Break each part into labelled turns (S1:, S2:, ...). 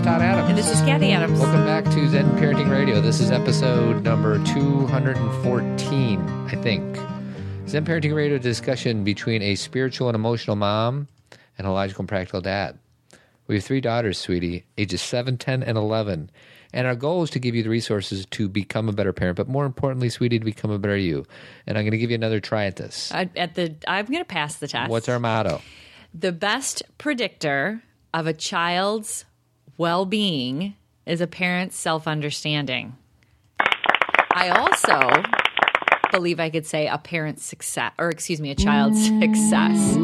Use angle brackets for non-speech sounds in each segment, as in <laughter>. S1: This is Kathy Adams.
S2: Welcome back to Zen Parenting Radio. This is episode number 214, I think. Zen Parenting Radio discussion between a spiritual and emotional mom and a logical and practical dad. We have three daughters, sweetie, ages 7, 10, and 11. And our goal is to give you the resources to become a better parent, but more importantly, sweetie, to become a better you. And I'm going to give you another try at this.
S1: I, at the, I'm going to pass the test.
S2: What's our motto?
S1: the best predictor of a child's well-being is a parent's self-understanding. I also believe I could say a parent's success, or excuse me, a child's success,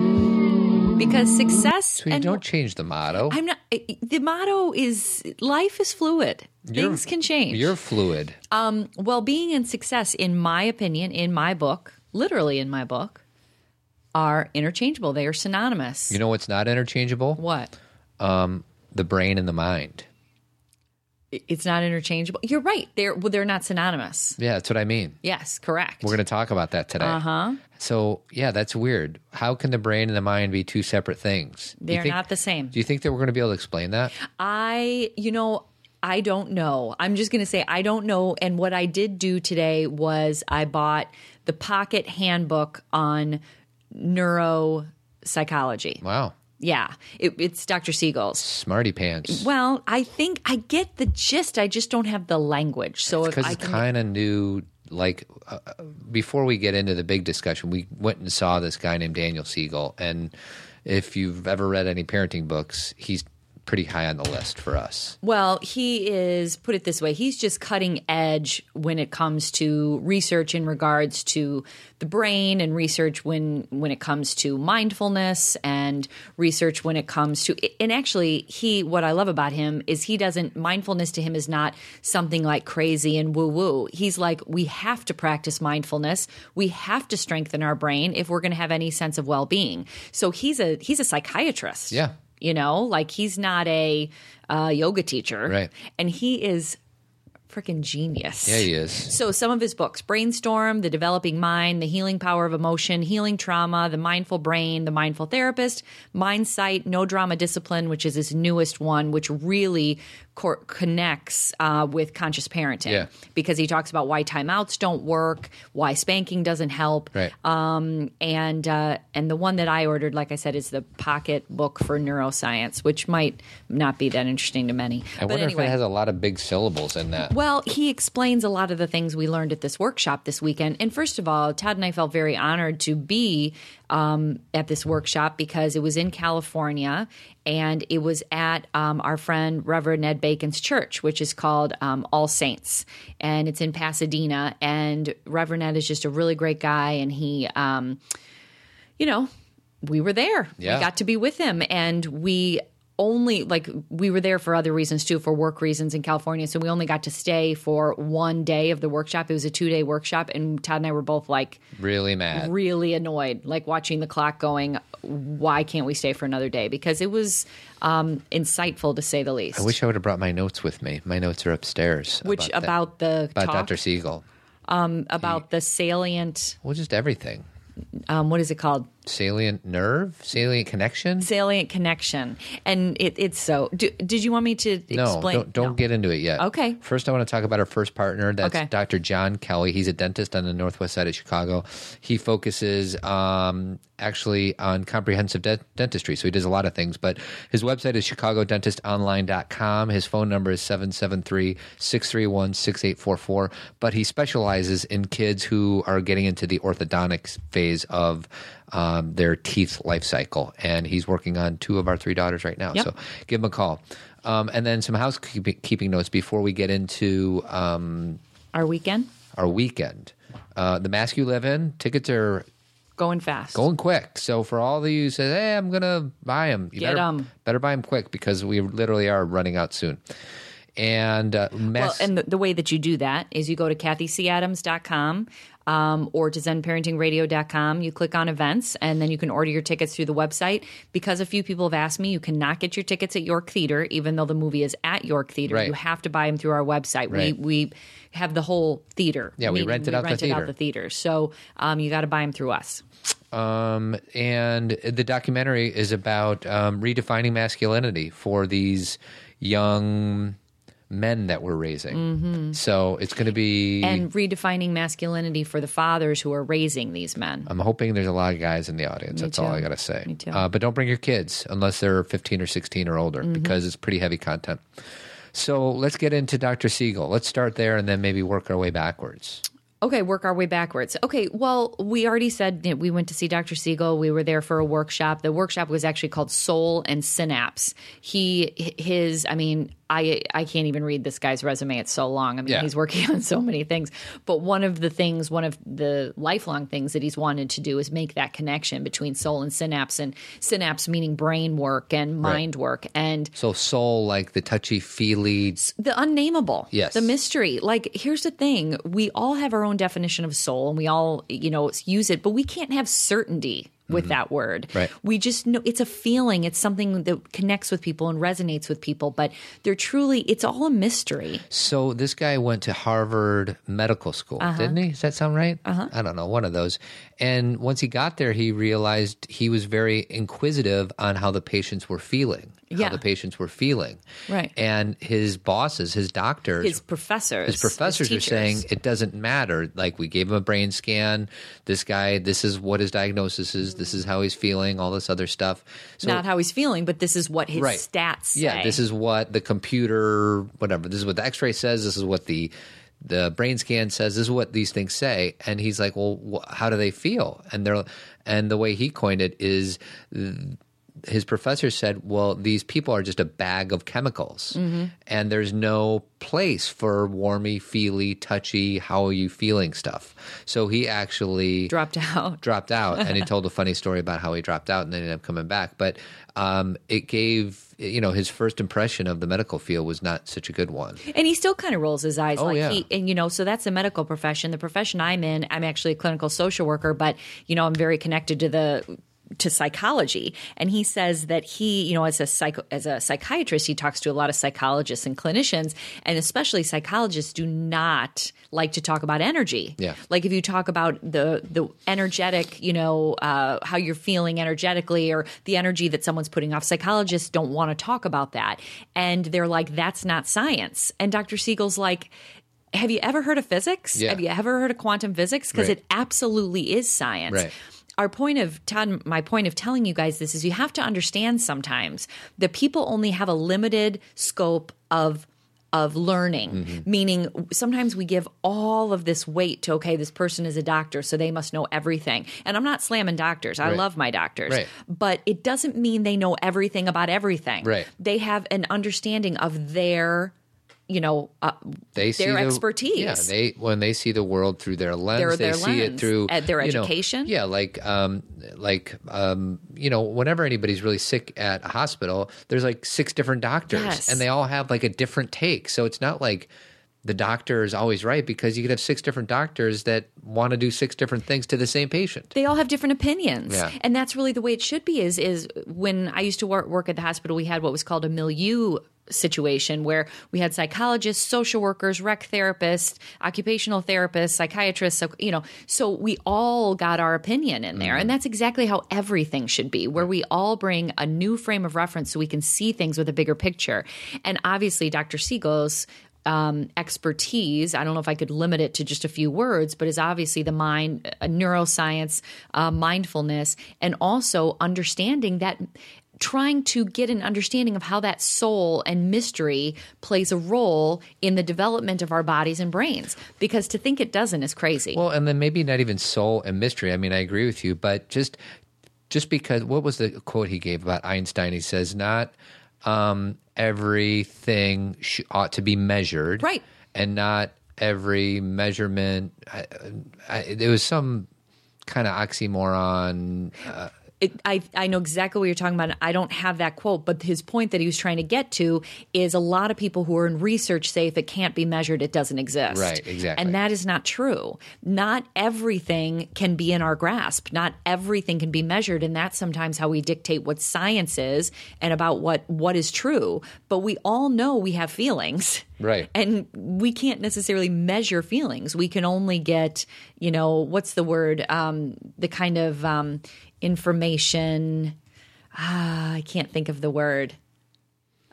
S1: because success
S2: Sweetie,
S1: and
S2: don't change the motto.
S1: I'm not. The motto is life is fluid.
S2: You're-
S1: Things can change.
S2: You're fluid.
S1: Um, well being and success, in my opinion, in my book, literally in my book, are interchangeable. They are synonymous.
S2: You know what's not interchangeable?
S1: what?
S2: The brain and the mind.
S1: I- It's not interchangeable. You're right. They're well, they're not synonymous.
S2: Yeah, that's what I mean.
S1: Yes, correct.
S2: We're going to talk about that today. Uh
S1: Uh-huh.
S2: huh. So, yeah, that's weird. How can the brain and the mind be two separate things? Do you
S1: They're
S2: think-
S1: not the same.
S2: Do you think that we're going to be able to explain that?
S1: I, you know, I don't know. I'm just going to say I don't know. And what I did do today was I bought the pocket handbook on neuropsychology.
S2: Wow,
S1: Yeah, it, it's Dr. Siegel's.
S2: smarty pants.
S1: Well, I think I get the gist. I just don't have the language. So if
S2: Because
S1: I
S2: it's
S1: can,
S2: kind of new. Like uh, uh, before we get into the big discussion, we went and saw this guy named Daniel Siegel, and if you've ever read any parenting books, he's pretty high on the list for us.
S1: well, he is put it this way. He's just cutting edge when it comes to research in regards to the brain and research when when it comes to mindfulness and research when it comes to and actually he what I love about him is he doesn't mindfulness to him is not something like crazy and woo woo. He's like we have to practice mindfulness. We have to strengthen our brain if we're going to have any sense of well-being. So he's a he's a psychiatrist.
S2: Yeah.
S1: you know like he's not a uh, yoga teacher
S2: Right.
S1: and he is freaking genius
S2: Yeah, he is.
S1: so some of his books brainstorm the developing mind the healing power of emotion healing trauma the mindful brain the mindful therapist mind sight no drama discipline which is his newest one which really cor- connects uh, with conscious parenting
S2: Yeah.
S1: because he talks about why timeouts don't work why spanking doesn't help
S2: Right.
S1: and uh, and the one that I ordered, like I said, is the pocket book for neuroscience, which might not be that interesting to many.
S2: I
S1: but
S2: wonder
S1: anyway.
S2: if it has a lot of big syllables in that.
S1: well, he explains a lot of the things we learned at this workshop this weekend. And first of all, Todd and I felt very honored to be um, at this workshop because it was in California and it was at um, our friend Reverend Ned Bacon's church, which is called um, All Saints. And it's in Pasadena. And Reverend Ned is just a really great guy. And he, um, you know, we were there.
S2: Yeah.
S1: We got to be with him and we only like we were there for other reasons too for work reasons in California so we only got to stay for one day of the workshop it was a 2 day workshop and Todd and I were both like
S2: really mad.
S1: really annoyed like watching the clock going why can't we stay for another day because it was um insightful to say the least
S2: I wish I would have brought my notes with me. My notes are upstairs.
S1: which
S2: that-
S1: about, the
S2: about
S1: talk
S2: Dr. Siegel.
S1: about the salient
S2: Well, just everything.
S1: um what is it called
S2: Salient nerve, salient connection.
S1: salient connection and it, it's so do, did you want me to
S2: no,
S1: explain
S2: don't, don't get into it yet.
S1: Okay.
S2: First, I want to talk about our first partner. That's
S1: Okay.
S2: Dr. John Kelly. He's a dentist on the northwest side of Chicago. He focuses um, actually on comprehensive de- dentistry, so he does a lot of things. But his website is chicagodentistonline.com. His phone number is 773 631 6844. But he specializes in kids who are getting into the orthodontics phase of um, their teeth life cycle. And he's working on two of our three daughters right now.
S1: Yep.
S2: So give him a call. Um, and then some housekeeping keeping notes before we get into um,
S1: our weekend
S2: our weekend. Uh, the mask you live in, tickets are
S1: going fast
S2: going quick. So for all of you who say, hey, I'm going to buy them, you
S1: Get
S2: better,
S1: 'em.
S2: better buy them quick because we literally are running out soon. And uh,
S1: well
S2: mask,
S1: and the, the way that you do that is you go to kathycadams.com um, or to zenparentingradio.com you click on events and then you can order your tickets through the website because a few people have asked me you cannot get your tickets at york theater even though the movie is at york theater
S2: Right.
S1: you have to buy them through our website
S2: Right.
S1: we, we have the whole theater
S2: Yeah, we
S1: meaning
S2: rented out the
S1: rented
S2: theater.
S1: out the theater so um, you got to buy them through us
S2: and the documentary is about um, redefining masculinity for these young men that we're raising. So it's going to be.
S1: Mm-hmm. and redefining masculinity for the fathers who are raising these men.
S2: I'm hoping there's a lot of guys in the audience. That's all
S1: too.
S2: I got to say.
S1: Me too.
S2: Uh, but don't bring your kids unless they're 15 or 16 or
S1: Mm-hmm.
S2: older because it's pretty heavy content. So let's get into Dr. Siegel. Let's start there and then maybe work our way backwards.
S1: Okay, work our way backwards. Okay, well, we already said that we went to see Dr. Siegel. We were there for a workshop. The workshop was actually called Soul and Synapse. He, his, I mean, I, I can't even read this guy's resume. It's so long. I mean,
S2: Yeah.
S1: he's working <laughs> on so many things. But one of the things, one of the lifelong things that he's wanted to do is make that connection between soul and synapse, and synapse meaning brain work and mind work. And
S2: So soul, like the touchy feely.
S1: the unnameable
S2: Yes.
S1: the mystery like here's the thing we all have our own definition of soul and we all you know use it but we can't have certainty with that word
S2: Mm-hmm. Right.
S1: we just know it's a feeling it's something that connects with people and resonates with people but they're truly it's all a mystery
S2: So this guy went to Harvard Medical School,
S1: Uh-huh.
S2: didn't he? Does that sound right? Uh-huh. I don't know, one of those. And once he got there, he realized he was very inquisitive on how the patients were feeling,
S1: Yeah.
S2: how the patients were feeling.
S1: Right.
S2: And his bosses, his doctors,
S1: his professors
S2: his professors are
S1: teachers.
S2: saying it doesn't matter. Like we gave him a brain scan. This guy, this is what his diagnosis is. This is how he's feeling. All this other stuff. So
S1: not how he's feeling but this is what his
S2: Right.
S1: stats say
S2: yeah, this is what the computer, whatever. This is what the X-ray says. This is what the the brain scan says. This is what these things say. And he's like, well, wh- how do they feel? And they're and the way he coined it is his professor said, "Well, these people are just a bag of chemicals, and there's no place for warmy, feely, touchy, how are you feeling stuff." So he actually
S1: dropped out
S2: dropped out,
S1: <laughs>
S2: and he told a funny story about how he dropped out and ended up coming back. But um, it gave you know his first impression of the medical field was not such a good one.
S1: And he still kind of rolls his eyes, like
S2: Oh, yeah.
S1: he, and you know, so that's the medical profession. The profession I'm in, I'm actually a clinical social worker, but you know, I'm very connected to the to psychology. And he says that he, you know, as a psycho, as a psychiatrist, he talks to a lot of psychologists and clinicians, and especially psychologists do not like to talk about energy.
S2: Yeah.
S1: like if you talk about the the energetic, you know, uh, how you're feeling energetically or the energy that someone's putting off, psychologists don't want to talk about that, and they're like, that's not science. And Dr. Siegel's like. Have you ever heard of physics?
S2: Yeah.
S1: Have you ever heard of quantum physics? Because
S2: Right.
S1: it absolutely is science
S2: Right.
S1: our point of Todd, my point of telling you guys this is you have to understand sometimes that people only have a limited scope of of learning
S2: Mm-hmm.
S1: meaning sometimes we give all of this weight to okay this person is a doctor so they must know everything and i'm not slamming doctors i
S2: Right.
S1: love my doctors
S2: Right.
S1: but it doesn't mean they know everything about everything
S2: Right.
S1: they have an understanding of their you know uh,
S2: They see
S1: Their
S2: the-
S1: expertise.
S2: Yeah, they when they see the world through their lens,
S1: Their-
S2: they
S1: their
S2: see it
S1: lens,
S2: through
S1: uh, their
S2: you know,
S1: education.
S2: yeah, like um, like um, you know, whenever anybody's really sick at a hospital, there's like six different doctors,
S1: Yes.
S2: and they all have like a different take. So it's not like the doctor is always right because you could have six different doctors that want to do six different things to the same patient.
S1: they all have different opinions
S2: Yeah.
S1: and that's really the way it should be is is when i used to work, work at the hospital we had what was called a milieu situation where we had psychologists social workers rec therapists occupational therapists psychiatrists so, you know so we all got our opinion in there and that's exactly how everything should be where we all bring a new frame of reference so we can see things with a bigger picture and obviously dr siegel's um, expertise. I don't know if I could limit it to just a few words, but is obviously the mind, uh, neuroscience, uh, mindfulness, and also understanding that trying to get an understanding of how that soul and mystery plays a role in the development of our bodies and brains. Because to think it doesn't is crazy.
S2: Well, and then maybe not even soul and mystery. I mean, I agree with you, but just just because what was the quote he gave about Einstein? He says not um, everything sh- ought to be measured,
S1: Right.
S2: And not every measurement. I, I, it was some kind of oxymoron.
S1: it, I, I know exactly what you're talking about. and I don't have that quote, but his point that he was trying to get to is a lot of people who are in research say if it can't be measured, it doesn't exist.
S2: Right, exactly.
S1: And that is not true. Not everything can be in our grasp, not everything can be measured. And that's sometimes how we dictate what science is and about what, what is true. But we all know we have feelings.
S2: Right.
S1: And we can't necessarily measure feelings. We can only get, you know, what's the word? Um, the kind of um, information. Ah, I can't think of the word.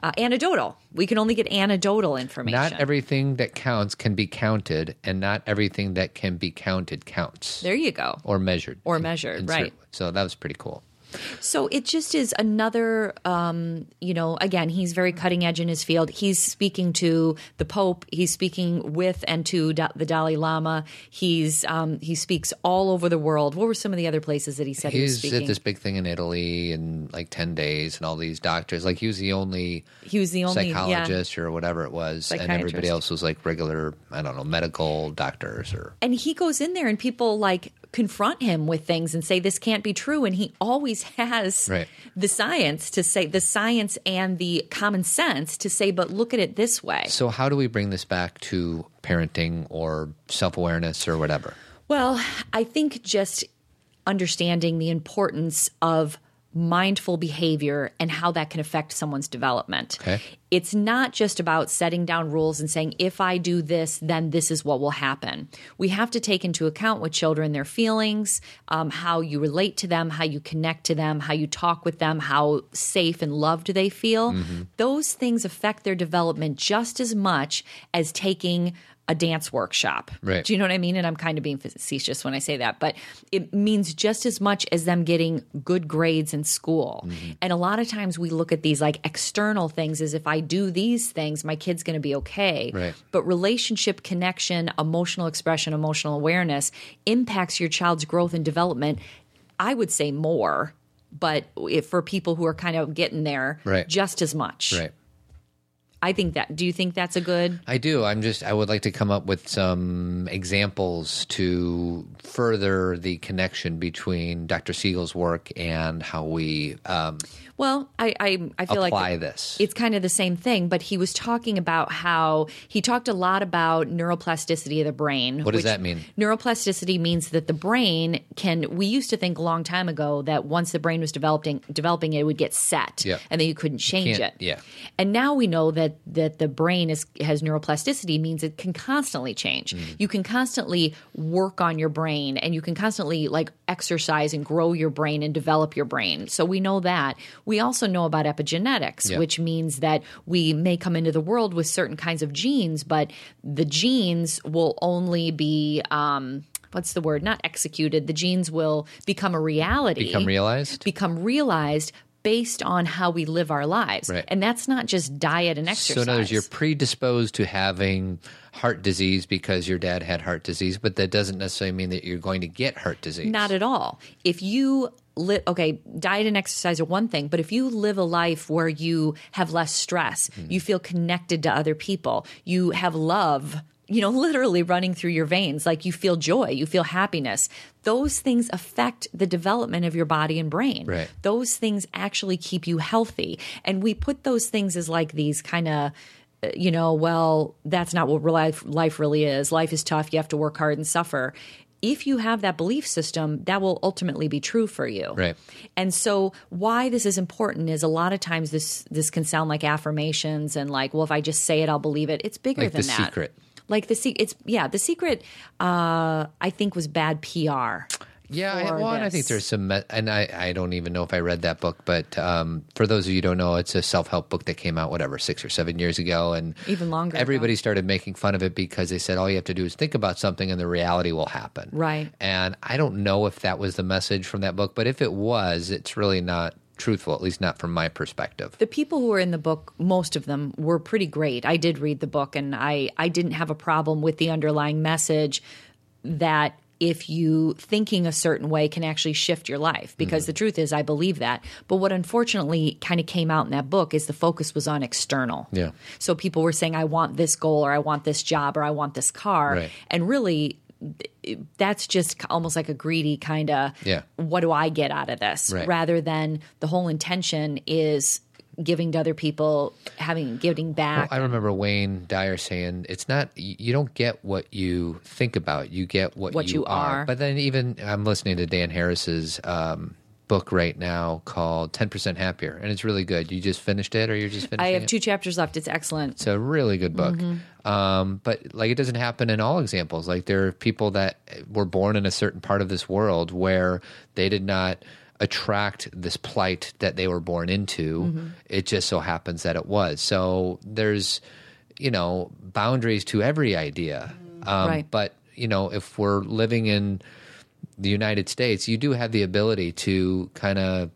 S1: uh, anecdotal. We can only get anecdotal information.
S2: Not everything that counts can be counted, and not everything that can be counted counts
S1: there you go.
S2: or measured.
S1: Or
S2: in-
S1: measured,
S2: in certain
S1: right.
S2: ways. So that was pretty cool.
S1: So it just is another, um, you know, again, he's very cutting edge in his field. He's speaking to the Pope. He's speaking with and to da- the Dalai Lama. He's um, he speaks all over the world. What were some of the other places that he said he was
S2: He's
S1: speaking?
S2: at this big thing in Italy in like 10 days, and all these doctors, like, he was the only
S1: he was the only Yeah.
S2: psychologist or whatever it was, and everybody
S1: Psychiatrist.
S2: else was like regular, I don't know, medical doctors or.
S1: And he goes in there and people like confront him with things and say this can't be true. And he always has
S2: Right.
S1: the science to say the science and the common sense to say, but look at it this way.
S2: So, how do we bring this back to parenting or self awareness or whatever?
S1: Well, I think just understanding the importance of mindful behavior and how that can affect someone's development.
S2: Okay.
S1: It's not just about setting down rules and saying, if I do this, then this is what will happen. We have to take into account what children, their feelings, um, how you relate to them, how you connect to them, how you talk with them, how safe and loved they feel.
S2: Mm-hmm.
S1: Those things affect their development just as much as taking a dance workshop.
S2: Right.
S1: Do you know what I mean? And I'm kind of being facetious when I say that, but it means just as much as them getting good grades in school.
S2: Mm-hmm.
S1: And a lot of times we look at these like external things as if I do these things, my kid's going to be okay.
S2: Right.
S1: But relationship connection, emotional expression, emotional awareness impacts your child's growth and development, I would say more. But if, for people who are kind of getting there,
S2: Right.
S1: just as much.
S2: Right.
S1: I think that. Do you think that's a good?
S2: I do. I'm just, I would like to come up with some examples to further the connection between Dr. Siegel's work and how we um,
S1: Well, I I, I feel
S2: apply
S1: like
S2: this.
S1: it's kind of the same thing, but he was talking about how he talked a lot about neuroplasticity of the brain.
S2: What does that mean?
S1: Neuroplasticity means that the brain can. We used to think a long time ago that once the brain was developing, developing it would get set,
S2: Yep.
S1: and then you couldn't change
S2: Can't-
S1: it.
S2: yeah.
S1: And now we know that that the brain is has neuroplasticity means it can constantly change.
S2: Mm-hmm.
S1: You can constantly work on your brain and you can constantly like exercise and grow your brain and develop your brain. So we know that. We also know about epigenetics,
S2: Yeah.
S1: which means that we may come into the world with certain kinds of genes, but the genes will only be um What's the word? Not executed. The genes will become a reality
S2: become realized.
S1: become realized based on how we live our lives.
S2: Right.
S1: And that's not just diet and exercise.
S2: So, in other words, you're predisposed to having heart disease because your dad had heart disease, but that doesn't necessarily mean that you're going to get heart disease.
S1: not at all. If you live, okay, diet and exercise are one thing, but if you live a life where you have less stress,
S2: Hmm.
S1: you feel connected to other people, you have love. You know, <laughs> literally running through your veins, like you feel joy, you feel happiness. Those things affect the development of your body and brain.
S2: Right.
S1: those things actually keep you healthy. And we put those things as like these kind of, you know, well, that's not what life, life really is. Life is tough. You have to work hard and suffer. If you have that belief system, that will ultimately be true for you.
S2: Right.
S1: And so why this is important is a lot of times this this can sound like affirmations and like, well, if I just say it, I'll believe it. It's bigger
S2: Like
S1: than
S2: The
S1: that.
S2: Secret.
S1: Like the secret, it's yeah. The secret, uh, I think, was bad PR.
S2: Yeah, I,
S1: for
S2: well, and I think
S1: this.
S2: there's some, me- and I, I don't even know if I read that book, but um, for those of you who don't know, it's a self help book that came out whatever six or seven years ago, and
S1: Even longer ago.
S2: Everybody started making fun of it because they said all you have to do is think about something and the reality will happen.
S1: Right.
S2: And I don't know if that was the message from that book, but if it was, it's really not truthful, at least not from my perspective.
S1: the people who were in the book, most of them were pretty great. I did read the book and I, I didn't have a problem with the underlying message that if you thinking a certain way can actually shift your life because the truth is I believe that. But what unfortunately kind of came out in that book is the focus was on external.
S2: Yeah.
S1: So people were saying I want this goal or I want this job or I want this car
S2: Right.
S1: and really th- that's just almost like a greedy kind of
S2: Yeah.
S1: what do I get out of this
S2: Right.
S1: rather than the whole intention is giving to other people, having giving back.
S2: I remember Wayne Dyer saying, "It's not y- you don't get what you think about; you get what,
S1: What you are.
S2: But then, even I'm listening to Dan Harris's um, book right now called "10 Percent Happier," and it's really good. You just finished it, or you're just finishing
S1: I have
S2: it?
S1: two chapters left. It's excellent.
S2: It's a really good book. Um, but like it doesn't happen in all examples. Like there are people that were born in a certain part of this world where they did not attract this plight that they were born into. It just so happens that it was. So there's, you know, boundaries to every idea. Um,
S1: Right.
S2: But, you know, if we're living in the United States, you do have the ability to kind of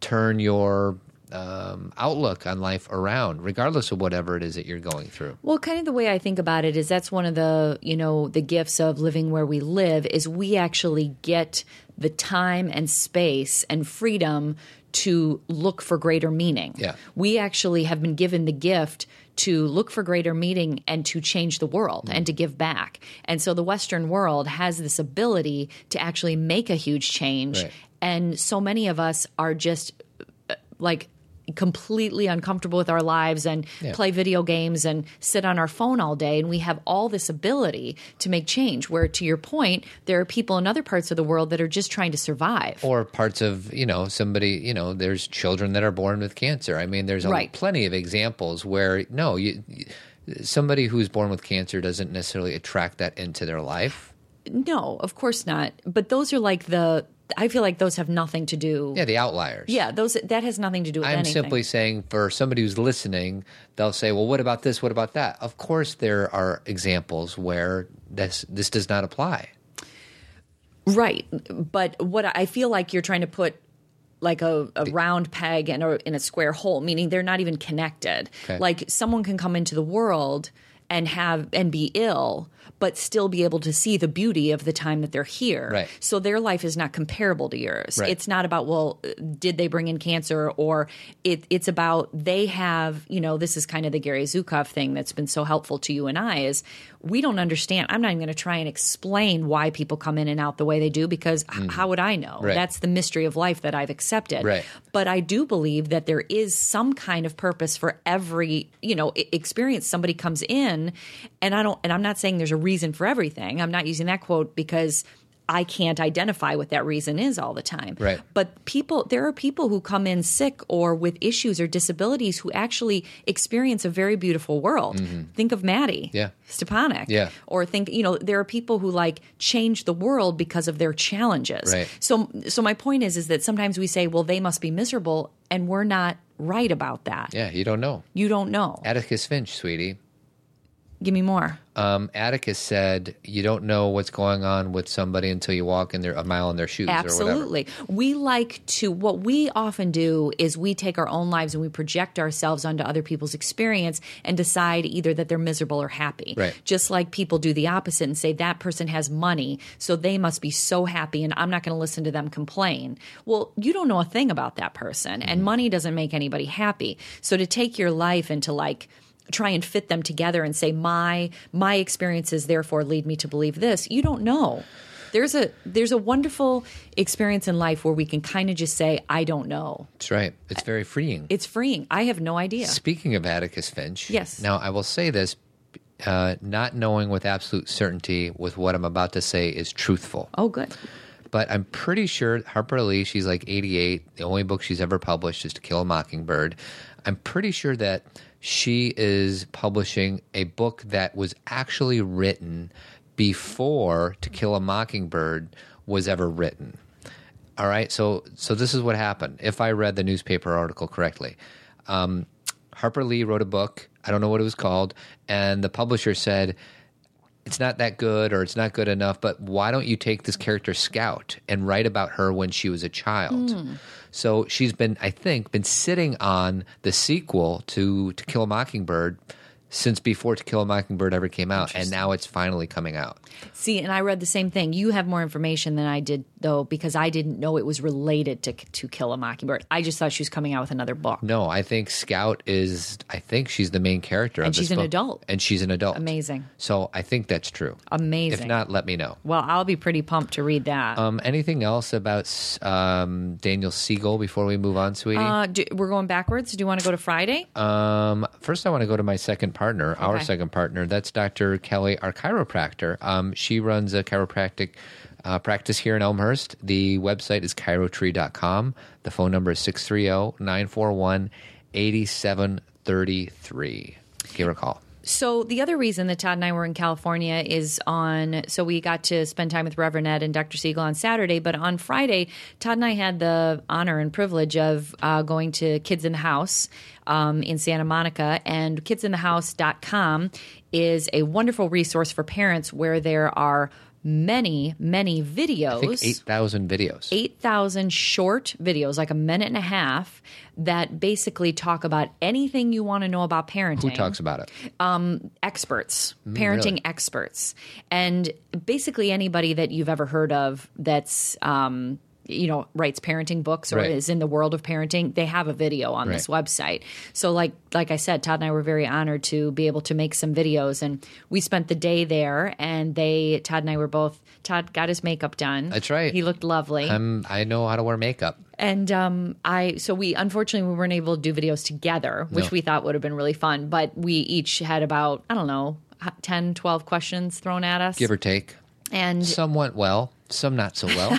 S2: turn your um, outlook on life around, regardless of whatever it is that you're going through.
S1: Well, kind of the way I think about it is that's one of the, you know, the gifts of living where we live is we actually get the time and space and freedom to look for greater meaning.
S2: Yeah.
S1: We actually have been given the gift to look for greater meaning and to change the world and to give back. And so the Western world has this ability to actually make a huge change.
S2: Right.
S1: And so many of us are just uh, like completely uncomfortable with our lives and play video games and sit on our phone all day and we have all this ability to make change where to your point there are people in other parts of the world that are just trying to survive
S2: Or parts of, you know, somebody, you know, there's children that are born with cancer. I mean, there's a,
S1: Right.
S2: plenty of examples where, no, you, you- somebody who's born with cancer doesn't necessarily attract that into their life.
S1: no of course not but those are like the i feel like those have nothing to do
S2: Yeah, the outliers.
S1: Yeah, those that has nothing to do with
S2: I'm
S1: anything
S2: simply saying for somebody who's listening, they'll say, "Well, what about this? What about that?" Of course, there are examples where this this does not apply.
S1: right but what i feel like you're trying to put like a, a round peg in a, in a square hole meaning they're not even connected
S2: Okay.
S1: like someone can come into the world and have and be ill but still be able to see the beauty of the time that they're here
S2: Right.
S1: so their life is not comparable to yours
S2: Right.
S1: it's not about well did they bring in cancer or it, it's about they have you know this is kind of the gary zukov thing that's been so helpful to you and i is we don't understand i'm not even going to try and explain why people come in and out the way they do because h- how would i know
S2: Mm-hmm. Right.
S1: that's the mystery of life that i've accepted
S2: Right.
S1: but i do believe that there is some kind of purpose for every you know e- experience somebody comes in and i don't and i'm not saying there's a reason for everything i'm not using that quote because i can't identify what that reason is all the time
S2: Right.
S1: but people there are people who come in sick or with issues or disabilities who actually experience a very beautiful world think of maddie
S2: Mm-hmm. Yeah.
S1: stepanek
S2: Yeah.
S1: or think you know there are people who like change the world because of their challenges
S2: Right.
S1: so so my point is is that sometimes we say well they must be miserable and we're not right about that
S2: Yeah, you don't know.
S1: you don't know
S2: Atticus Finch, sweetie.
S1: give me more
S2: Um, Atticus said, "You don't know what's going on with somebody until you walk in their a mile in their shoes, or whatever."
S1: Absolutely. We like to, what we often do is we take our own lives and we project ourselves onto other people's experience and decide either that they're miserable or happy.
S2: Right.
S1: Just like people do the opposite and say, that person has money, so they must be so happy and I'm not going to listen to them complain. Well, you don't know a thing about that person, and money doesn't make anybody happy. So to take your life into like, try and fit them together and say my my experiences therefore lead me to believe this you don't know there's a there's a wonderful experience in life where we can kind of just say i don't know
S2: That's right. It's very freeing.
S1: it's freeing i have no idea
S2: Speaking of Atticus Finch,
S1: Yes.
S2: Now I will say this: uh, not knowing with absolute certainty with what I'm about to say is truthful.
S1: oh good
S2: but I'm pretty sure Harper Lee, she's like 88. The only book she's ever published is To Kill a Mockingbird. I'm pretty sure that she is publishing a book that was actually written before To Kill a Mockingbird was ever written. All right, so so this is what happened. If I read the newspaper article correctly, um, Harper Lee wrote a book. I don't know what it was called, and the publisher said it's not that good or it's not good enough, but why don't you take this character Scout and write about her when she was a child?
S1: Hmm.
S2: So she's been, I think, been sitting on the sequel to To Kill a Mockingbird since before To Kill a Mockingbird ever came out, and now it's finally coming out.
S1: see and i read the same thing you have more information than i did though because i didn't know it was related to to kill a mockingbird i just thought she was coming out with another book
S2: No, I think Scout is, I think she's the main character,
S1: And
S2: of this
S1: she's an
S2: book.
S1: adult.
S2: and she's an adult.
S1: Amazing.
S2: So I think that's true.
S1: Amazing.
S2: If not, let me know.
S1: well i'll be pretty pumped to read that
S2: Um, anything else about um, Daniel Siegel before we move on, sweetie?
S1: uh, do, we're going backwards do you want to go to friday
S2: Um, first, I want to go to my second partner, our
S1: Okay.
S2: second partner. That's Dr. Kelly, our chiropractor. Um, she runs a chiropractic uh, practice here in Elmhurst. The website is chirotree.com. The phone number is 630 941 8733. Give her a call.
S1: So the other reason that Todd and I were in California is on. So we got to spend time with Reverend Ed and Dr. Siegel on Saturday, but on Friday, Todd and I had the honor and privilege of uh, going to Kids in the House um, in Santa Monica, and kidsinthehouse.com is a wonderful resource for parents where there are many, many videos.
S2: I think 8,000 videos.
S1: 8,000 short videos, like a minute and a half, that basically talk about anything you want to know about parenting.
S2: Who talks about it?
S1: Experts, parenting
S2: Mm, really?
S1: experts, and basically anybody that you've ever heard of that's, um, you know, writes parenting books or
S2: Right.
S1: is in the world of parenting. They have a video on this
S2: Right.
S1: website. So, like, like I said, Todd and I were very honored to be able to make some videos, and we spent the day there. And they, Todd and I, were both. Todd got his makeup done.
S2: That's right.
S1: He looked lovely.
S2: I'm, Um, I know how to wear makeup.
S1: And um, I, so we unfortunately we weren't able to do videos together, which
S2: No.
S1: we thought would have been really fun. But we each had about I don't know h- 10, 12 questions thrown at us,
S2: Give or take.
S1: and
S2: Some went well, some not so well.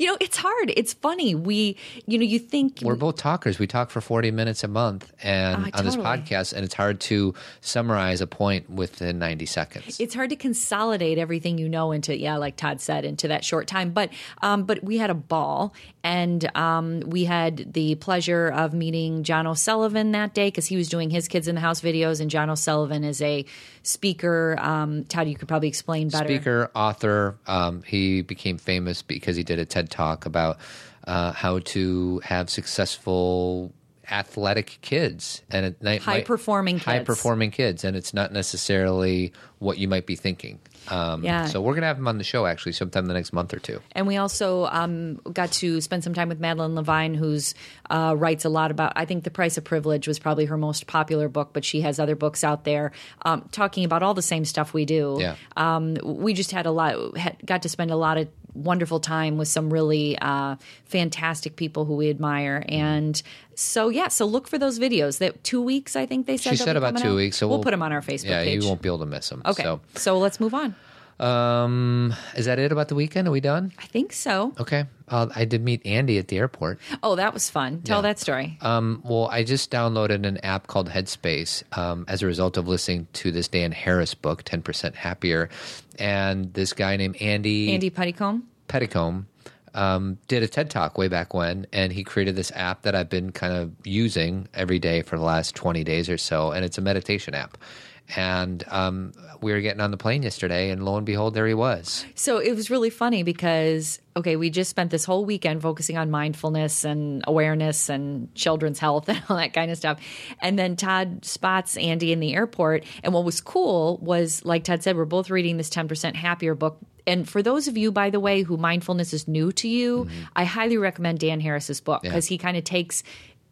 S1: you know it's hard. It's funny. We, you know, you think
S2: We're both talkers. We talk for 40 minutes a month and
S1: Ah,
S2: on this
S1: totally.
S2: podcast, and it's hard to summarize a point within 90 seconds.
S1: it's hard to consolidate everything you know into yeah like todd said into that short time but um, but we had a ball and um, we had the pleasure of meeting john o'sullivan that day because he was doing his kids in the house videos and john o'sullivan is a speaker um, todd you could probably explain better
S2: Speaker, author. Um, he became famous because he did a TED talk about uh, how to have successful athletic kids and at night
S1: High-performing
S2: high
S1: kids.
S2: performing kids and it's not necessarily what you might be thinking um,
S1: Yeah.
S2: so we're gonna have him on the show actually sometime the next month or two
S1: And we also um, got to spend some time with Madeline Levine, who's uh, writes a lot about. I think The Price of Privilege was probably her most popular book, but she has other books out there um, talking about all the same stuff we do.
S2: Yeah.
S1: Um, we just had a lot, had, got to spend a lot of wonderful time with some really uh, fantastic people who we admire, and so yeah. So look for those videos. That two weeks, I think they said.
S2: she
S1: they'll
S2: said
S1: be
S2: about
S1: coming
S2: two
S1: out.
S2: weeks so
S1: we'll, put them on our Facebook
S2: yeah
S1: page.
S2: you won't be able to miss them
S1: okay.
S2: so
S1: so let's move on.
S2: um is that it about the weekend are we done
S1: I think so.
S2: okay uh, i did meet andy at the airport
S1: Oh, that was fun. Tell that story.
S2: Um, well, I just downloaded an app called Headspace um, as a result of listening to this Dan Harris book, 10% Happier. And this guy named Andy,
S1: Andy Puttycomb.
S2: Petticombe um, did a TED Talk way back when, and he created this app that I've been kind of using every day for the last 20 days or so, and it's a meditation app. And um, we were getting on the plane yesterday, and lo and behold, there he was.
S1: So it was really funny because, okay, we just spent this whole weekend focusing on mindfulness and awareness and children's health <laughs> and all that kind of stuff. And then Todd spots Andy in the airport. And what was cool was, like Todd said, we're both reading this 10% Happier book. And for those of you, by the way, who mindfulness is new to you, I highly recommend Dan Harris's book because he kind of takes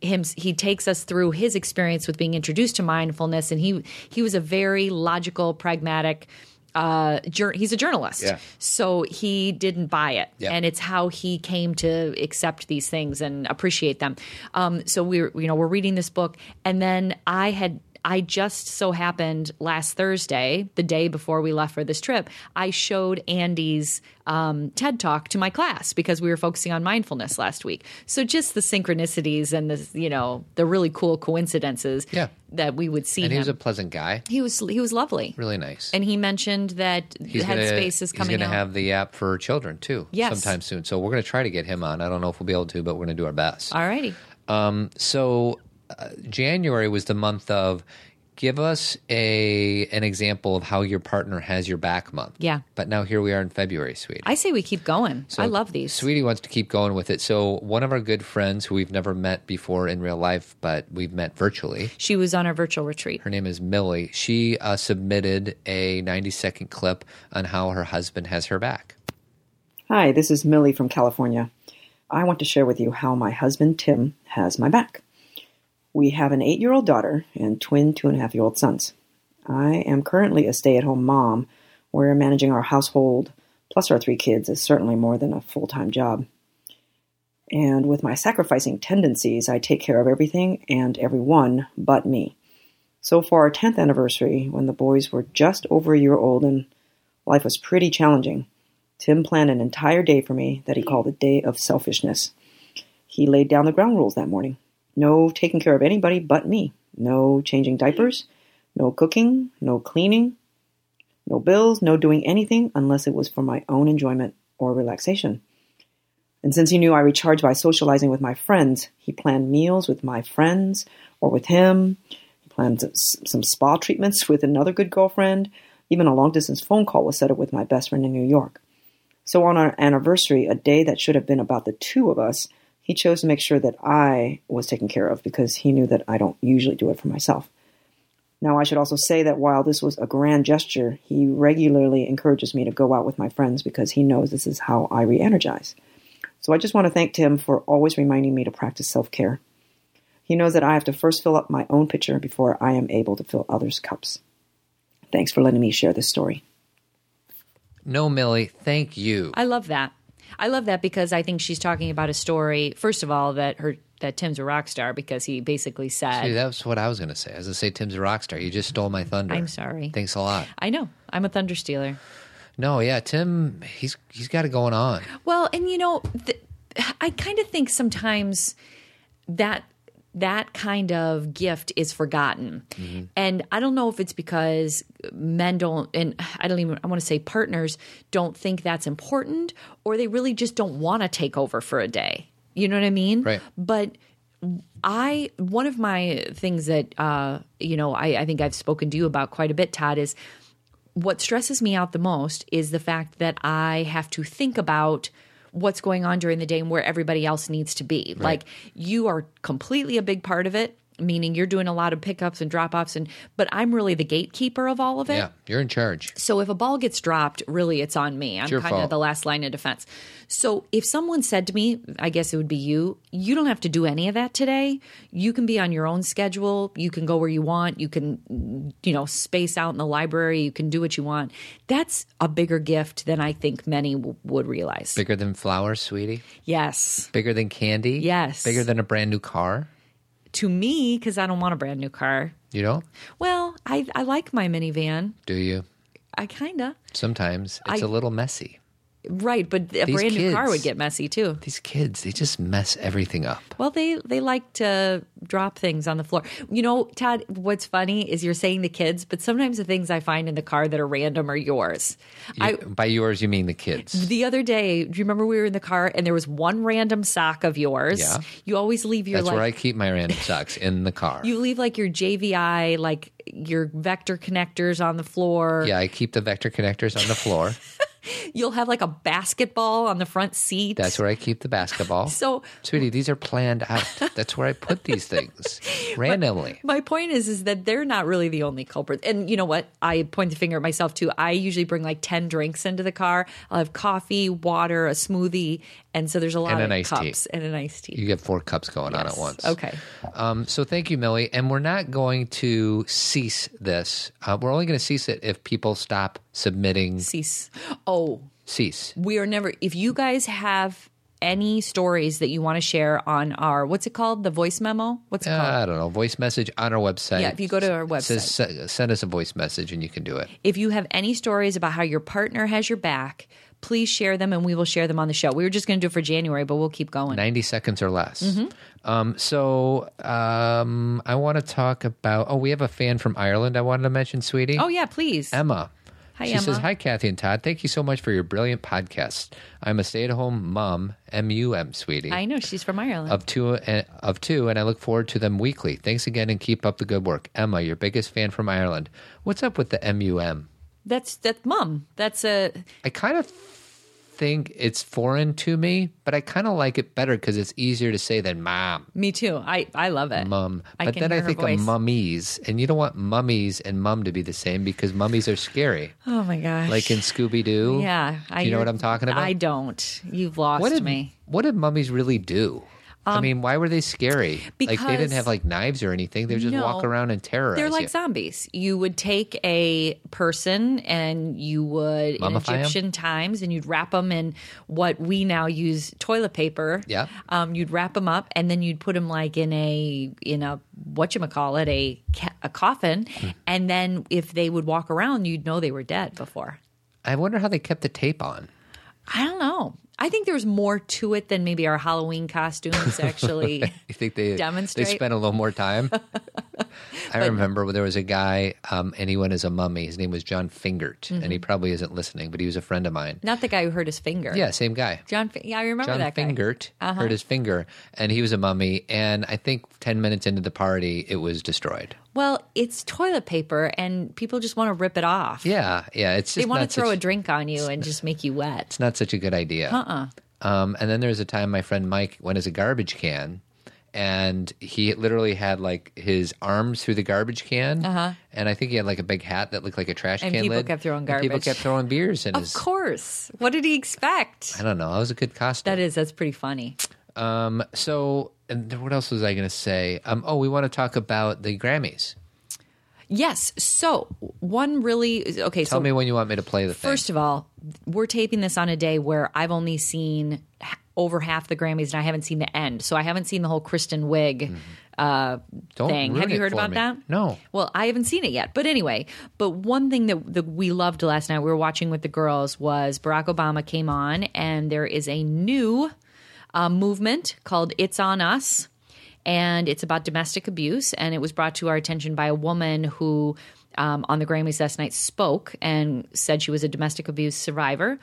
S1: him he takes us through his experience with being introduced to mindfulness and he he was a very logical pragmatic uh, jour- he's a journalist,
S2: Yeah.
S1: so he didn't buy it,
S2: Yeah.
S1: and it's how he came to accept these things and appreciate them. Um, so we're you know we're reading this book, and then I had I just so happened last Thursday, the day before we left for this trip, I showed Andy's um, TED talk to my class because we were focusing on mindfulness last week. So just the synchronicities and the you know the really cool coincidences
S2: Yeah.
S1: that we would see
S2: And he
S1: him.
S2: was a pleasant guy,
S1: he was he was lovely.
S2: really nice.
S1: And he mentioned that
S2: gonna-
S1: Headspace is coming
S2: He's going
S1: out.
S2: to have the app for children too,
S1: Yes.
S2: sometime soon. So we're going to try to get him on. I don't know if we'll be able to, but we're going to do our best.
S1: All righty.
S2: So uh, January was the month of give us a an example of how your partner has your back month.
S1: Yeah.
S2: But now here we are in February, sweetie.
S1: I say we keep going. I love these.
S2: Sweetie wants to keep going with it. So one of our good friends who we've never met before in real life, but we've met virtually.
S1: She was on our virtual retreat.
S2: Her name is Millie. She uh, submitted a 90 second clip on how her husband has her back.
S3: Hi, this is Millie from California. I want to share with you how my husband Tim has my back. We have an eight year old daughter and twin two and a half year old sons. I am currently a stay at home mom where managing our household plus our three kids is certainly more than a full time job. And with my sacrificing tendencies, I take care of everything and everyone but me. So, for our 10th anniversary, when the boys were just over a year old and life was pretty challenging, Tim planned an entire day for me that he called a day of selfishness. He laid down the ground rules that morning no taking care of anybody but me, no changing diapers, No cooking, no cleaning, no bills, no doing anything unless it was for my own enjoyment or relaxation. And since he knew I recharged by socializing with my friends, he planned meals with my friends or with him. He planned s- some spa treatments <laughs> with another good girlfriend. Even a long distance phone call was set up with my best friend in New York. So on our anniversary, a day that should have been about the two of us, he chose to make sure that I was taken care of because he knew that I don't usually do it for myself. Now, I should also say that while this was a grand gesture, he regularly encourages me to go out with my friends because he knows this is how I re energize. So I just want to thank Tim for always reminding me to practice self care. He knows that I have to first fill up my own pitcher before I am able to fill others' cups. Thanks for letting me share this story.
S2: No, Millie, thank you.
S1: I love that. I love that because I think she's talking about a story. First of all, that her that Tim's a rock star because he basically said,
S2: Dude, that's what I was going to say. I was going to say Tim's a rock star. You just stole my thunder.
S1: "I'm sorry."
S2: Thanks a lot.
S1: I know. I'm a thunder stealer.
S2: No, yeah, Tim, he's he's got it going on.
S1: Well, and you know, th- I kind of think sometimes that that kind of gift is forgotten. And I don't know if it's because men don't and I don't even I want to say partners don't think that's important or they really just don't want to take over for a day. You know what I mean?
S2: Right.
S1: But I one of my things that uh, you know I, I think I've spoken to you about quite a bit, Todd, is what stresses me out the most is the fact that I have to think about what's going on during the day and where everybody else needs to be. Like you are completely a big part of it, meaning you're doing a lot of pickups and drop offs, and but I'm really the gatekeeper of all of it.
S2: Yeah, you're in charge.
S1: So if a ball gets dropped, really it's on me. I'm
S2: your
S1: kind
S2: fault.
S1: of the last line of defense. So if someone said to me, I guess it would be you, you don't have to do any of that today. You can be on your own schedule. You can go where you want. You can, you know, space out in the library. You can do what you want. That's a bigger gift than I think many w- would realize.
S2: Bigger than flowers, sweetie.
S1: yes.
S2: Bigger than candy.
S1: Yes.
S2: Bigger than a brand new car.
S1: To me, because I don't want a brand new car.
S2: You know?
S1: Well, I, I like my minivan.
S2: Do you?
S1: I kind of.
S2: Sometimes it's a
S1: I-
S2: little messy.
S1: Right. But a brand new car
S2: kids.
S1: would get messy too.
S2: These kids, they just mess everything up.
S1: Well, they they like to drop things on the floor. You know, Todd, what's funny is you're saying the kids, but sometimes the things I find in the car that are random are yours. I
S2: You- by yours, you mean the kids.
S1: the other day, do you remember we were in the car and there was one random sock of yours?
S2: Yeah.
S1: You always leave your
S2: That's
S1: like
S2: where I keep my random socks in the car.
S1: you leave like your JVI, like your vector connectors on the floor.
S2: yeah, I keep the vector connectors on the floor.
S1: You'll have like a basketball on the front seat.
S2: That's where I keep the basketball.
S1: So-
S2: sweetie, these are planned
S1: <laughs>
S2: out. That's where I put these things randomly.
S1: My point is, is that they're not really the only culprit. And you know what? I point the finger at myself too. I usually bring like ten drinks into the car. I'll have coffee, water, a smoothie, and so there's a lot
S2: And an
S1: of
S2: iced tea.
S1: cups and an iced tea.
S2: You get four cups going on at
S1: Yes.
S2: once.
S1: Okay.
S2: Um, so thank you, Millie. And we're not going to cease this. Uh, we're only going to cease it if people stop submitting
S1: Cease. Oh,
S2: cease.
S1: we are never. If you guys have any stories that you want to share on our what's it called? The voice memo. What's it
S2: Uh,
S1: called?
S2: I don't know. Voice message on our website.
S1: Yeah, if you go to our
S2: It says se- send us a voice message and you can do it.
S1: If you have any stories about how your partner has your back, please share them, and we will share them on the show. We were just going to do it for January, but we'll keep going.
S2: 90 seconds or less.
S1: Mm-hmm.
S2: Um, so um, I want to talk about. Oh, we have a fan from Ireland I wanted to mention, sweetie.
S1: Oh yeah, please.
S2: Emma.
S1: Hi,
S2: she
S1: Emma.
S2: says, Hi, Kathy and Todd. Thank you so much for your brilliant podcast. I'm a stay at home mom, M U M, sweetie.
S1: I know she's from Ireland.
S2: of two and of two and I look forward to them weekly. Thanks again and keep up the good work. Emma, your biggest fan from Ireland. What's up with the MUM?
S1: That's that's mom. That's a
S2: I kind of think it's foreign to me, but I kind of like it better cuz it's easier to say than mom.
S1: me too. I I love it.
S2: Mum.
S1: I
S2: But
S1: can
S2: then I
S1: hear her
S2: think
S1: voice.
S2: of mummies and you don't want mummies and mum to be the same because mummies are scary.
S1: Oh my gosh.
S2: Like in Scooby Doo.
S1: yeah,
S2: Do you know what I'm talking about?
S1: I don't. You've lost
S2: what did,
S1: me. Um,
S2: What did mummies really do? I mean, why were they scary? like they
S1: because-
S2: didn't have like knives or anything. They would just walk
S1: No.
S2: around and terrorize
S1: They're like
S2: you.
S1: zombies. You would take a person and you would
S2: Mummify 'em?
S1: in Egyptian times, and you'd wrap them in what we now use toilet paper.
S2: Yeah.
S1: Um, you'd wrap them up, and then you'd put them like in a in a what you call it a ca- a coffin,
S2: Hmm.
S1: and then if they would walk around, you'd know they were dead before.
S2: I wonder how they kept the tape on.
S1: I don't know. I think there's more to it
S2: <laughs>
S1: than maybe our Halloween costumes actually.
S2: You think they
S1: Demonstrate. <laughs>
S2: They spent a little more time. I remember there was a guy, um, and he went as a mummy. His name was John Fingert, and
S1: Mm-hmm.
S2: he probably isn't listening, but he was a friend of mine.
S1: Not the guy who hurt his finger.
S2: Yeah, same guy.
S1: John. Fi- Yeah, I remember
S2: John
S1: that guy. Uh-huh.
S2: Fingert hurt his finger, and he was a mummy. And I think ten minutes into the party, it was destroyed.
S1: Well, it's toilet paper, and people just want to rip it off.
S2: Yeah, yeah. It's just
S1: They want
S2: not
S1: to throw
S2: such-
S1: a drink on you and just make you wet.
S2: It's not such a good idea. Uh-uh. Um, and then there was a time my friend Mike went as a garbage can, and he literally had like his arms through the garbage can, uh-huh. and I think he had like a big hat that looked like a trash
S1: And
S2: can
S1: people
S2: lid.
S1: kept throwing
S2: And people
S1: garbage.
S2: kept throwing beers in
S1: Of
S2: his.
S1: course. What did he expect?
S2: I don't know. That was a good costume.
S1: That is. That's pretty funny.
S2: Um, so, and then what else was I going to say? Um, oh, we want to talk about the Grammys.
S1: Yes. So one really okay.
S2: Tell
S1: so
S2: me when you want me to play the thing.
S1: First of all, we're taping this on a day where I've only seen h- over half the Grammys and I haven't seen the end. So I haven't seen the whole Kristen Wiig
S2: Mm-hmm.
S1: uh,
S2: Don't
S1: thing.
S2: ruin
S1: Have you
S2: it
S1: heard
S2: for
S1: about
S2: me.
S1: that?
S2: No.
S1: Well, I haven't seen it yet. But anyway, but one thing that, that we loved last night, we were watching with the girls, was Barack Obama came on and there is a new uh, movement called It's On Us. And it's about domestic abuse. And it was brought to our attention by a woman who, um, on the Grammys last night, spoke and said she was a domestic abuse survivor.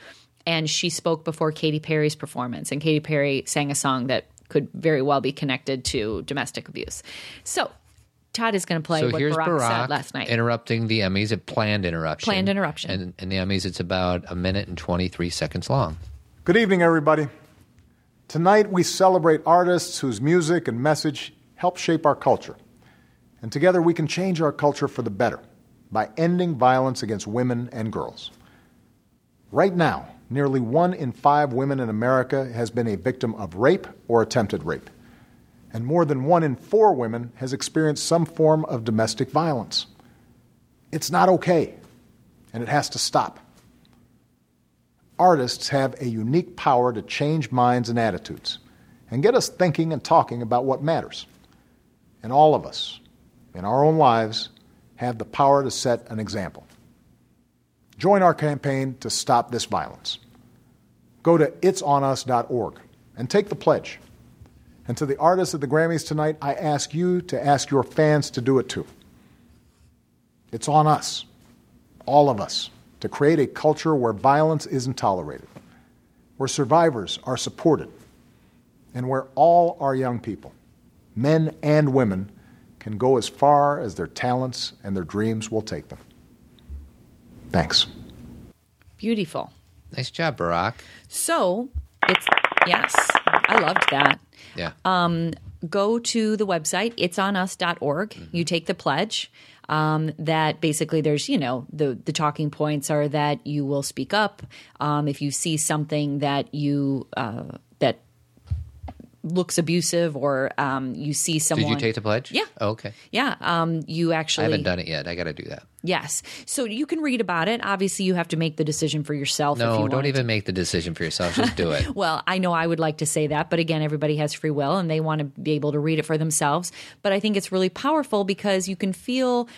S1: And she spoke before Katy Perry's performance. And Katy Perry sang a song that could very well be connected to domestic abuse. So Todd is going to play
S2: so
S1: what
S2: here's
S1: Barack,
S2: Barack,
S1: said last night.
S2: interrupting the Emmys. A planned interruption.
S1: Planned interruption.
S2: And in the Emmys, it's about a minute and twenty three seconds long.
S4: Good evening, everybody. Tonight, we celebrate artists whose music and message help shape our culture. And together, we can change our culture for the better by ending violence against women and girls. Right now, nearly one in five women in America has been a victim of rape or attempted rape. And more than one in four women has experienced some form of domestic violence. It's not okay, and it has to stop artists have a unique power to change minds and attitudes and get us thinking and talking about what matters. And all of us, in our own lives, have the power to set an example. Join our campaign to stop this violence. Go to itsonus.org and take the pledge. And to the artists at the Grammys tonight, I ask you to ask your fans to do it too. It's on us all of us, to create a culture where violence isn't tolerated, where survivors are supported, and where all our young people, men and women, can go as far as their talents and their dreams will take them. Thanks.
S1: Beautiful.
S2: Nice job, Barack.
S1: So it's yes, I loved that.
S2: Yeah.
S1: Um, Go to the website itsonus.org.
S2: Mm-hmm.
S1: You take the pledge. Um, that basically there's you know the the talking points are that you will speak up um, if you see something that you uh, that looks abusive or um, you see someone
S2: Did you take the pledge?
S1: Yeah.
S2: Oh, okay.
S1: yeah um, you actually
S2: I haven't done it yet. I got to do that.
S1: Yes. So you can read about it. Obviously, you have to make the decision for yourself. if
S2: No,
S1: you
S2: don't
S1: wanted
S2: even make the decision for yourself. Just do
S1: <laughs>
S2: it.
S1: to. Well, I know I would like to say that, but again, everybody has free will and they want to be able to read it for themselves. But I think it's really powerful because you can feel.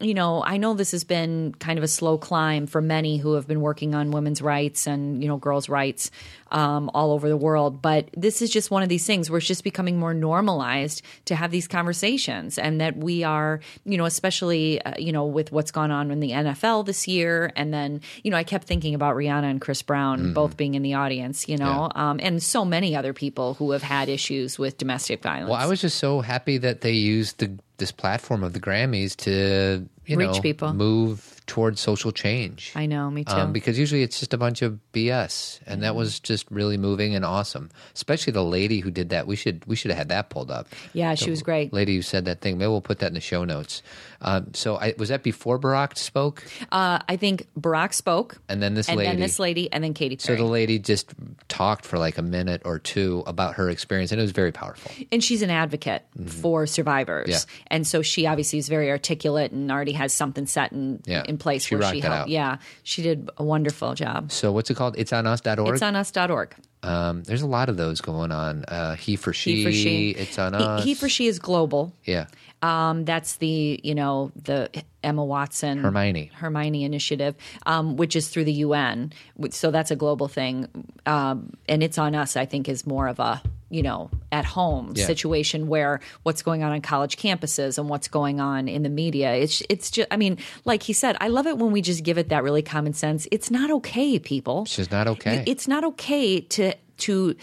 S1: You know, I know this has been kind of a slow climb for many who have been working on women's rights and, you know, girls' rights um, all over the world. But this is just one of these things where it's just becoming more normalized to have these conversations and that we are, you know, especially, uh, you know, with what's gone on in the NFL this year. And then, you know, I kept thinking about Rihanna and Chris Brown
S2: Mm-hmm.
S1: both being in the audience, you know, um, and so many other people who have had issues with domestic violence.
S2: Well, I was just so happy that they used the this platform of the Grammys to you
S1: Reach
S2: know,
S1: people.
S2: move towards social change.
S1: I know, me too.
S2: Um, because usually it's just a bunch of BS, and that was just really moving and awesome. Especially the lady who did that. We should we should have had that pulled up.
S1: yeah, she
S2: The
S1: was great.
S2: Lady who said that thing. Maybe we'll put that in the show notes. Um, so I, was that before Barack spoke,
S1: Uh, I think Barack spoke.
S2: and then this
S1: And
S2: lady.
S1: then this lady, and then Katy
S2: so
S1: Perry.
S2: the lady just talked for like a minute or two about her experience, and it was very powerful.
S1: and she's an advocate for survivors
S2: Mm-hmm. Yeah.
S1: and so she obviously is very articulate and already has something set in,
S2: Yeah.
S1: in place
S2: She
S1: where
S2: rocked
S1: she
S2: it
S1: helped
S2: out.
S1: yeah she did a wonderful job
S2: So what's it called? It's on us.org.
S1: it's on us.org
S2: um, there's a lot of those going on. Uh, he for she.
S1: he for she
S2: It's on
S1: He-
S2: us.
S1: he for she is global
S2: Yeah.
S1: um, that's the you know the Emma Watson
S2: Hermione.
S1: Hermione initiative, um, which is through the UN. which- So that's a global thing, um, and it's on us. I think is more of a you know, at home
S2: Yeah.
S1: situation where what's going on on college campuses and what's going on in the media. It's it's just I mean, like he said, I love it when we just give it that really common sense. It's not okay, people.
S2: It's just not okay.
S1: It's not okay to to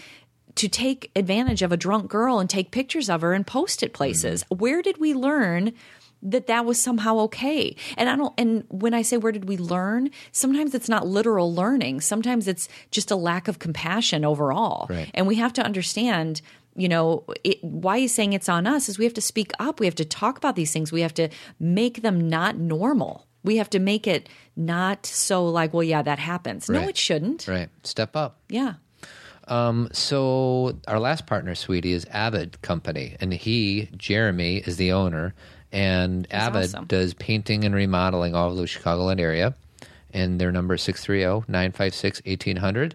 S1: to take advantage of a drunk girl and take pictures of her and post it places.
S2: Mm-hmm.
S1: Where did we learn that that was somehow okay? And I don't and when I say where did we learn, sometimes it's not literal learning. Sometimes it's just a lack of compassion overall.
S2: Right.
S1: And we have to understand you know it, why he's saying it's on us is we have to speak up we have to talk about these things we have to make them not normal we have to make it not so like well yeah that happens no
S2: Right.
S1: it shouldn't
S2: right. Step up.
S1: yeah.
S2: So our last partner, sweetie, is Avid Company, and he, Jeremy, is the owner. And Avid
S1: awesome.
S2: does painting and remodeling all over the Chicagoland area. And their number is 630-956-1800.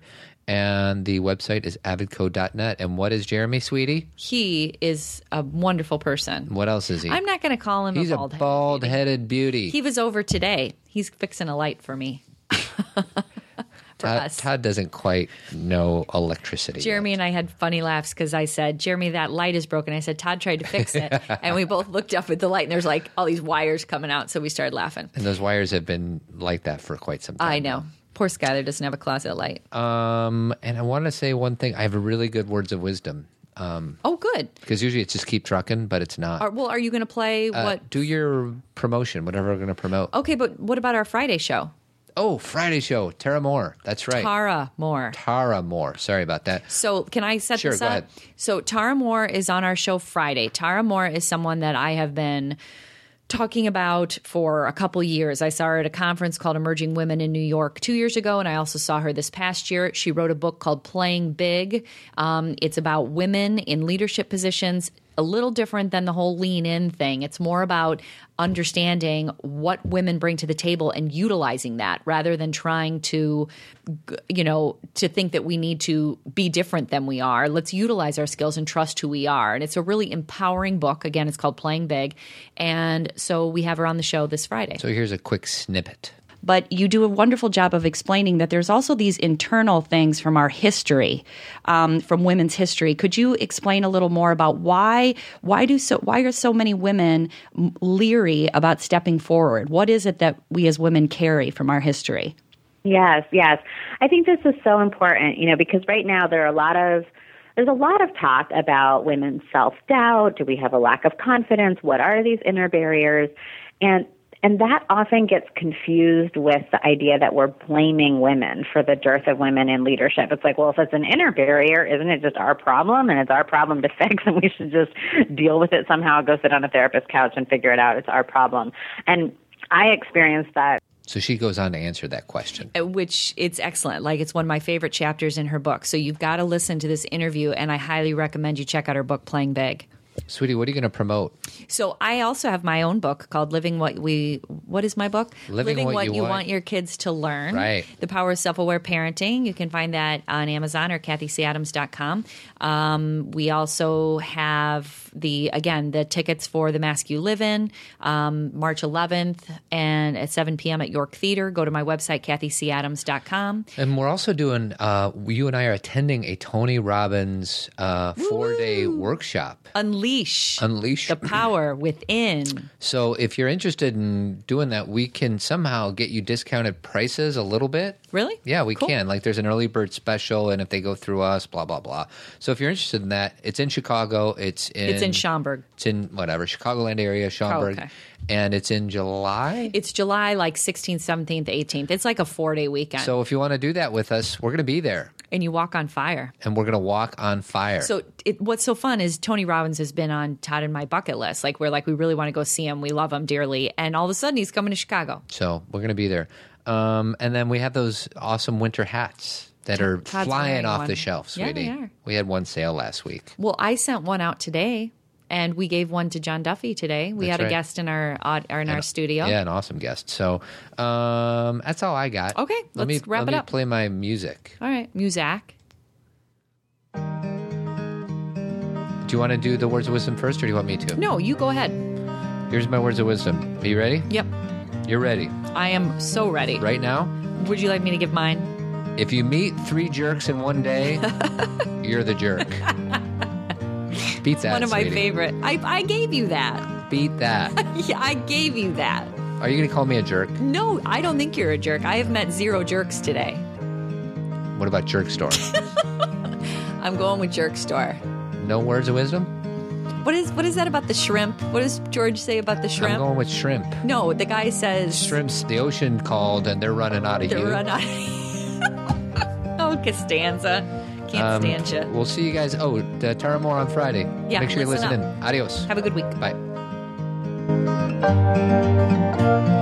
S2: And the website is avidco.net. And what is Jeremy, sweetie?
S1: He is a wonderful person.
S2: What else is he?
S1: I'm not going to call him
S2: He's
S1: a
S2: a
S1: bald head.
S2: bald-headed beauty.
S1: He was over today. He's fixing a light for me. for
S2: Todd,
S1: us.
S2: Todd doesn't quite know electricity. yet.
S1: Jeremy and I had funny laughs because I said, Jeremy, that light is broken. I said, Todd tried to fix it.
S2: <laughs>
S1: and we both looked up at the light and there's like all these wires coming out. So we started laughing.
S2: And those wires have been like that for quite some time.
S1: I know. Poor Skyler doesn't have a closet light.
S2: Um, and I want to say one thing. I have really good words of wisdom
S1: oh, good.
S2: because usually it's just keep trucking, but it's not. Uh,
S1: Are, well, are you going to play what? Oh.
S2: Do your promotion, whatever we're going to promote.
S1: Okay, but what about our Friday show?
S2: Oh, Friday show, Tara Moore. That's right.
S1: Tara Moore.
S2: Tara Moore. Sorry about that.
S1: So can I set
S2: Sure,
S1: this
S2: go
S1: up?
S2: ahead.
S1: So Tara Moore is on our show Friday. Tara Moore is someone that I have been talking about for a couple years. I saw her at a conference called Emerging Women in New York 2 years ago and I also saw her this past year. She wrote a book called Playing Big. Um, it's about women in leadership positions. A little different than the whole lean in thing. It's more about understanding what women bring to the table and utilizing that rather than trying to you know, to think that we need to be different than we are. Let's utilize our skills and trust who we are. And it's a really empowering book. Again, it's called Playing Big. And so we have her on the show this Friday.
S2: So here's a quick snippet.
S1: But you do a wonderful job of explaining that there's also these internal things from our history, um, from women's history. Could you explain a little more about why why do so why are so many women m- leery about stepping forward? What is it that we as women carry from our history?
S5: Yes, yes. I think this is so important, you know, because right now there are a lot of there's a lot of talk about women's self-doubt, do we have a lack of confidence, what are these inner barriers? And and that often gets confused with the idea that we're blaming women for the dearth of women in leadership. It's like, well, if it's an inner barrier, isn't it just our problem and it's our problem to <laughs> fix and we should just deal with it somehow, go sit on a therapist's couch and figure it out. It's our problem. And I experienced that
S2: So she goes on to answer that question.
S1: Uh, which it's excellent. Like it's one of my favorite chapters in her book. So you've got to listen to this interview, and I highly recommend you check out her book, Playing Big.
S2: Sweetie, what are you going to promote?
S1: So I also have my own book called Living What We What is my book?
S2: Living What You
S1: you
S2: Want.
S1: your kids to learn.
S2: Right.
S1: The Power of Self-Aware Parenting. You can find that on Amazon or kathycadams.com. Um, we also have the again the tickets for the Mask You Live In um, March 11th and at 7 p.m. at York Theater. Go to my website kathycadams.com.
S2: And we're also doing, uh, you and I are attending a Tony Robbins uh, four day workshop,
S1: Uh, Unleash.
S2: Unleash.
S1: the power within.
S2: so if you're interested in doing that, we can somehow get you discounted prices a little bit.
S1: Really?
S2: Yeah, we
S1: Cool.
S2: can. Like, there's an early bird special, and if they go through us, blah blah blah. So if you're interested in that, it's in Chicago. It's in
S1: It's in Schaumburg.
S2: It's in whatever Chicagoland area, Schaumburg,
S1: okay.
S2: and it's in July.
S1: It's July like 16th, 17th, 18th. It's like a four day weekend.
S2: so if you want to do that with us, we're going to be there,
S1: and you walk on fire.
S2: and we're going to walk on fire.
S1: So it, what's so fun is Tony Robbins has been on Todd and my bucket list. Like we're like we really want to go see him. We love him dearly, and all of a sudden he's coming to Chicago.
S2: So we're going to be there. Um, and then we have those awesome winter hats that are
S1: Todd's
S2: flying
S1: wearing
S2: off
S1: one.
S2: the shelf,
S1: Yeah,
S2: sweetie.
S1: they are.
S2: We had one sale last week.
S1: Well, I sent one out today, and we gave one to John Duffy today. We
S2: That's
S1: had a
S2: right.
S1: guest in our od- or in our studio.
S2: Yeah, an awesome guest. So um, that's all I got.
S1: Okay,
S2: let me
S1: let's wrap
S2: let
S1: it
S2: me
S1: up.
S2: play my music.
S1: All right, Muzak.
S2: Do you want to do the words of wisdom first, or do you want me to?
S1: No, you go ahead.
S2: Here's my words of wisdom. Are you ready?
S1: Yep,
S2: You're ready
S1: I am so ready.
S2: right now.
S1: Would you like me to give mine? <laughs>
S2: If you meet three jerks in one day, you're the jerk. Beat that,
S1: One of my
S2: sweetie.
S1: favorite. I, I gave you that. <laughs>
S2: Beat that.
S1: Yeah, I gave you that.
S2: Are you going to call me a jerk?
S1: No, I don't think you're a jerk. I have met zero jerks today.
S2: What about jerk
S1: <laughs>
S2: store?
S1: I'm going with jerk store.
S2: no words of wisdom?
S1: What is what is that about the shrimp? What does George say about the
S2: I'm
S1: shrimp?
S2: going with shrimp.
S1: no, the guy says
S2: Shrimps, the ocean called, and they're running out of
S1: the
S2: you.
S1: run out. <laughs> oh, Costanza. Can't
S2: Um,
S1: stand you.
S2: We'll see you guys. Oh, uh, Tara Moore on Friday.
S1: Yeah,
S2: Make sure you
S1: listen
S2: listen
S1: up.
S2: in. Adios.
S1: Have a good week.
S2: Bye.